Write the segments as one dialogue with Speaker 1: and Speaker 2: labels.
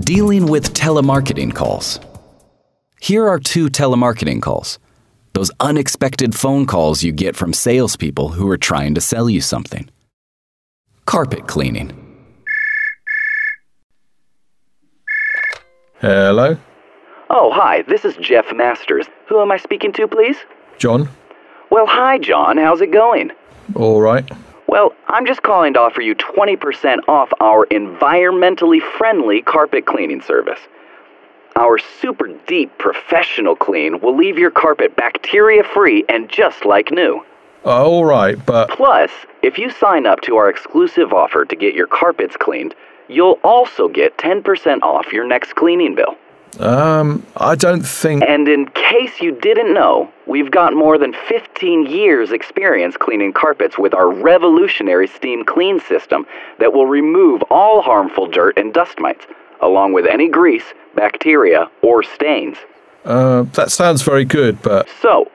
Speaker 1: Dealing with telemarketing calls. Here are two telemarketing calls those unexpected phone calls you get from salespeople who are trying to sell you something. Carpet cleaning.
Speaker 2: Hello,
Speaker 3: Oh, hi, this is Jeff Masters. Who am I speaking to, please?
Speaker 2: John.
Speaker 3: Well, hi, John. How's it going?
Speaker 2: All right.
Speaker 3: Well, I'm just calling to offer you 20% off our environmentally friendly carpet cleaning service. Our super deep professional clean will leave your carpet bacteria free and just like new.
Speaker 2: Oh, all right, but
Speaker 3: Plus, if you sign up to our exclusive offer to get your carpets cleaned, you'll also get 10% off your next cleaning bill.
Speaker 2: um, I don't think.
Speaker 3: And in case you didn't know, we've got more than 15 years' experience cleaning carpets with our revolutionary steam clean system that will remove all harmful dirt and dust mites, along with any grease, bacteria, or stains.
Speaker 2: Uh, that sounds very good, but
Speaker 3: So,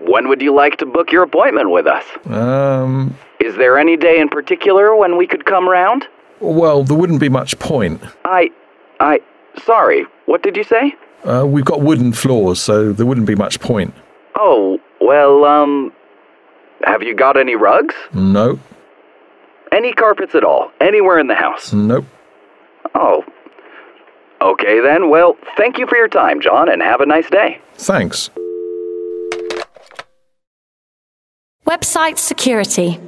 Speaker 3: when would you like to book your appointment with us?
Speaker 2: um,
Speaker 3: Is there any day in particular when we could come round?
Speaker 2: well, there wouldn't be much point.
Speaker 3: I. I. Sorry, what did you say?
Speaker 2: Uh, we've got wooden floors, so there wouldn't be much point.
Speaker 3: Oh, well, um. Have you got any rugs?
Speaker 2: Nope,
Speaker 3: Any carpets at all, anywhere in the house.
Speaker 2: nope.
Speaker 3: Oh. Okay then, well, thank you for your time, John, and have a nice day.
Speaker 2: Thanks.
Speaker 4: Website security.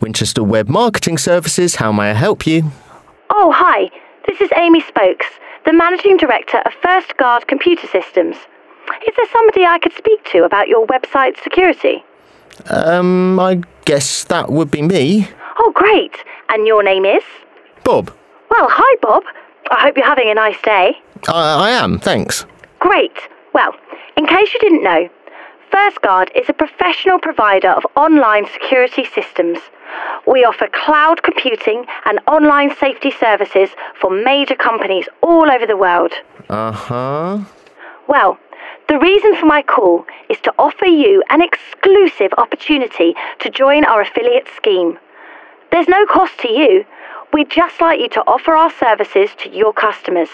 Speaker 5: Winchester Web Marketing Services, how may I help you?
Speaker 6: Oh, hi. This is Amy Spokes, the Managing Director of First Guard Computer Systems. Is there somebody I could speak to about your website security?
Speaker 5: Um, I guess that would be me.
Speaker 6: Oh, great. And your name is?
Speaker 5: Bob.
Speaker 6: Well, hi, Bob. I hope you're having a nice day.
Speaker 5: I, I am, thanks.
Speaker 6: Great. Well, in case you didn't know, First Guard is a professional provider of online security systems. We offer cloud computing and online safety services for major companies all over the world.
Speaker 5: Uh huh.
Speaker 6: Well, the reason for my call is to offer you an exclusive opportunity to join our affiliate scheme. There's no cost to you. We'd just like you to offer our services to your customers.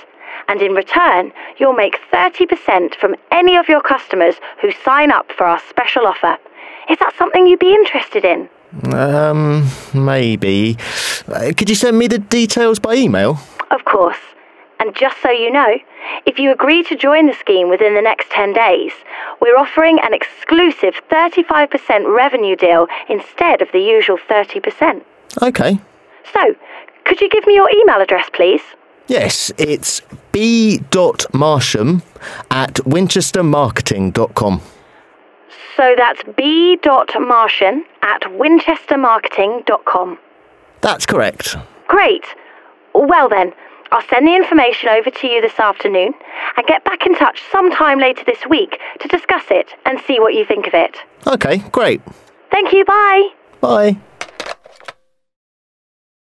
Speaker 6: And in return, you'll make 30% from any of your customers who sign up for our special offer. Is that something you'd be interested in?
Speaker 5: Um, maybe. Uh, could you send me the details by email?
Speaker 6: Of course. And just so you know, if you agree to join the scheme within the next 10 days, we're offering an exclusive 35% revenue deal instead of the usual 30%.
Speaker 5: Okay.
Speaker 6: So, could you give me your email address, please?
Speaker 5: Yes, it's b.marsham at winchestermarketing.com.
Speaker 6: So that's b.martian at winchestermarketing.com.
Speaker 5: That's correct.
Speaker 6: Great. Well then, I'll send the information over to you this afternoon and get back in touch sometime later this week to discuss it and see what you think of it.
Speaker 5: Okay, great.
Speaker 6: Thank you, bye.
Speaker 5: Bye.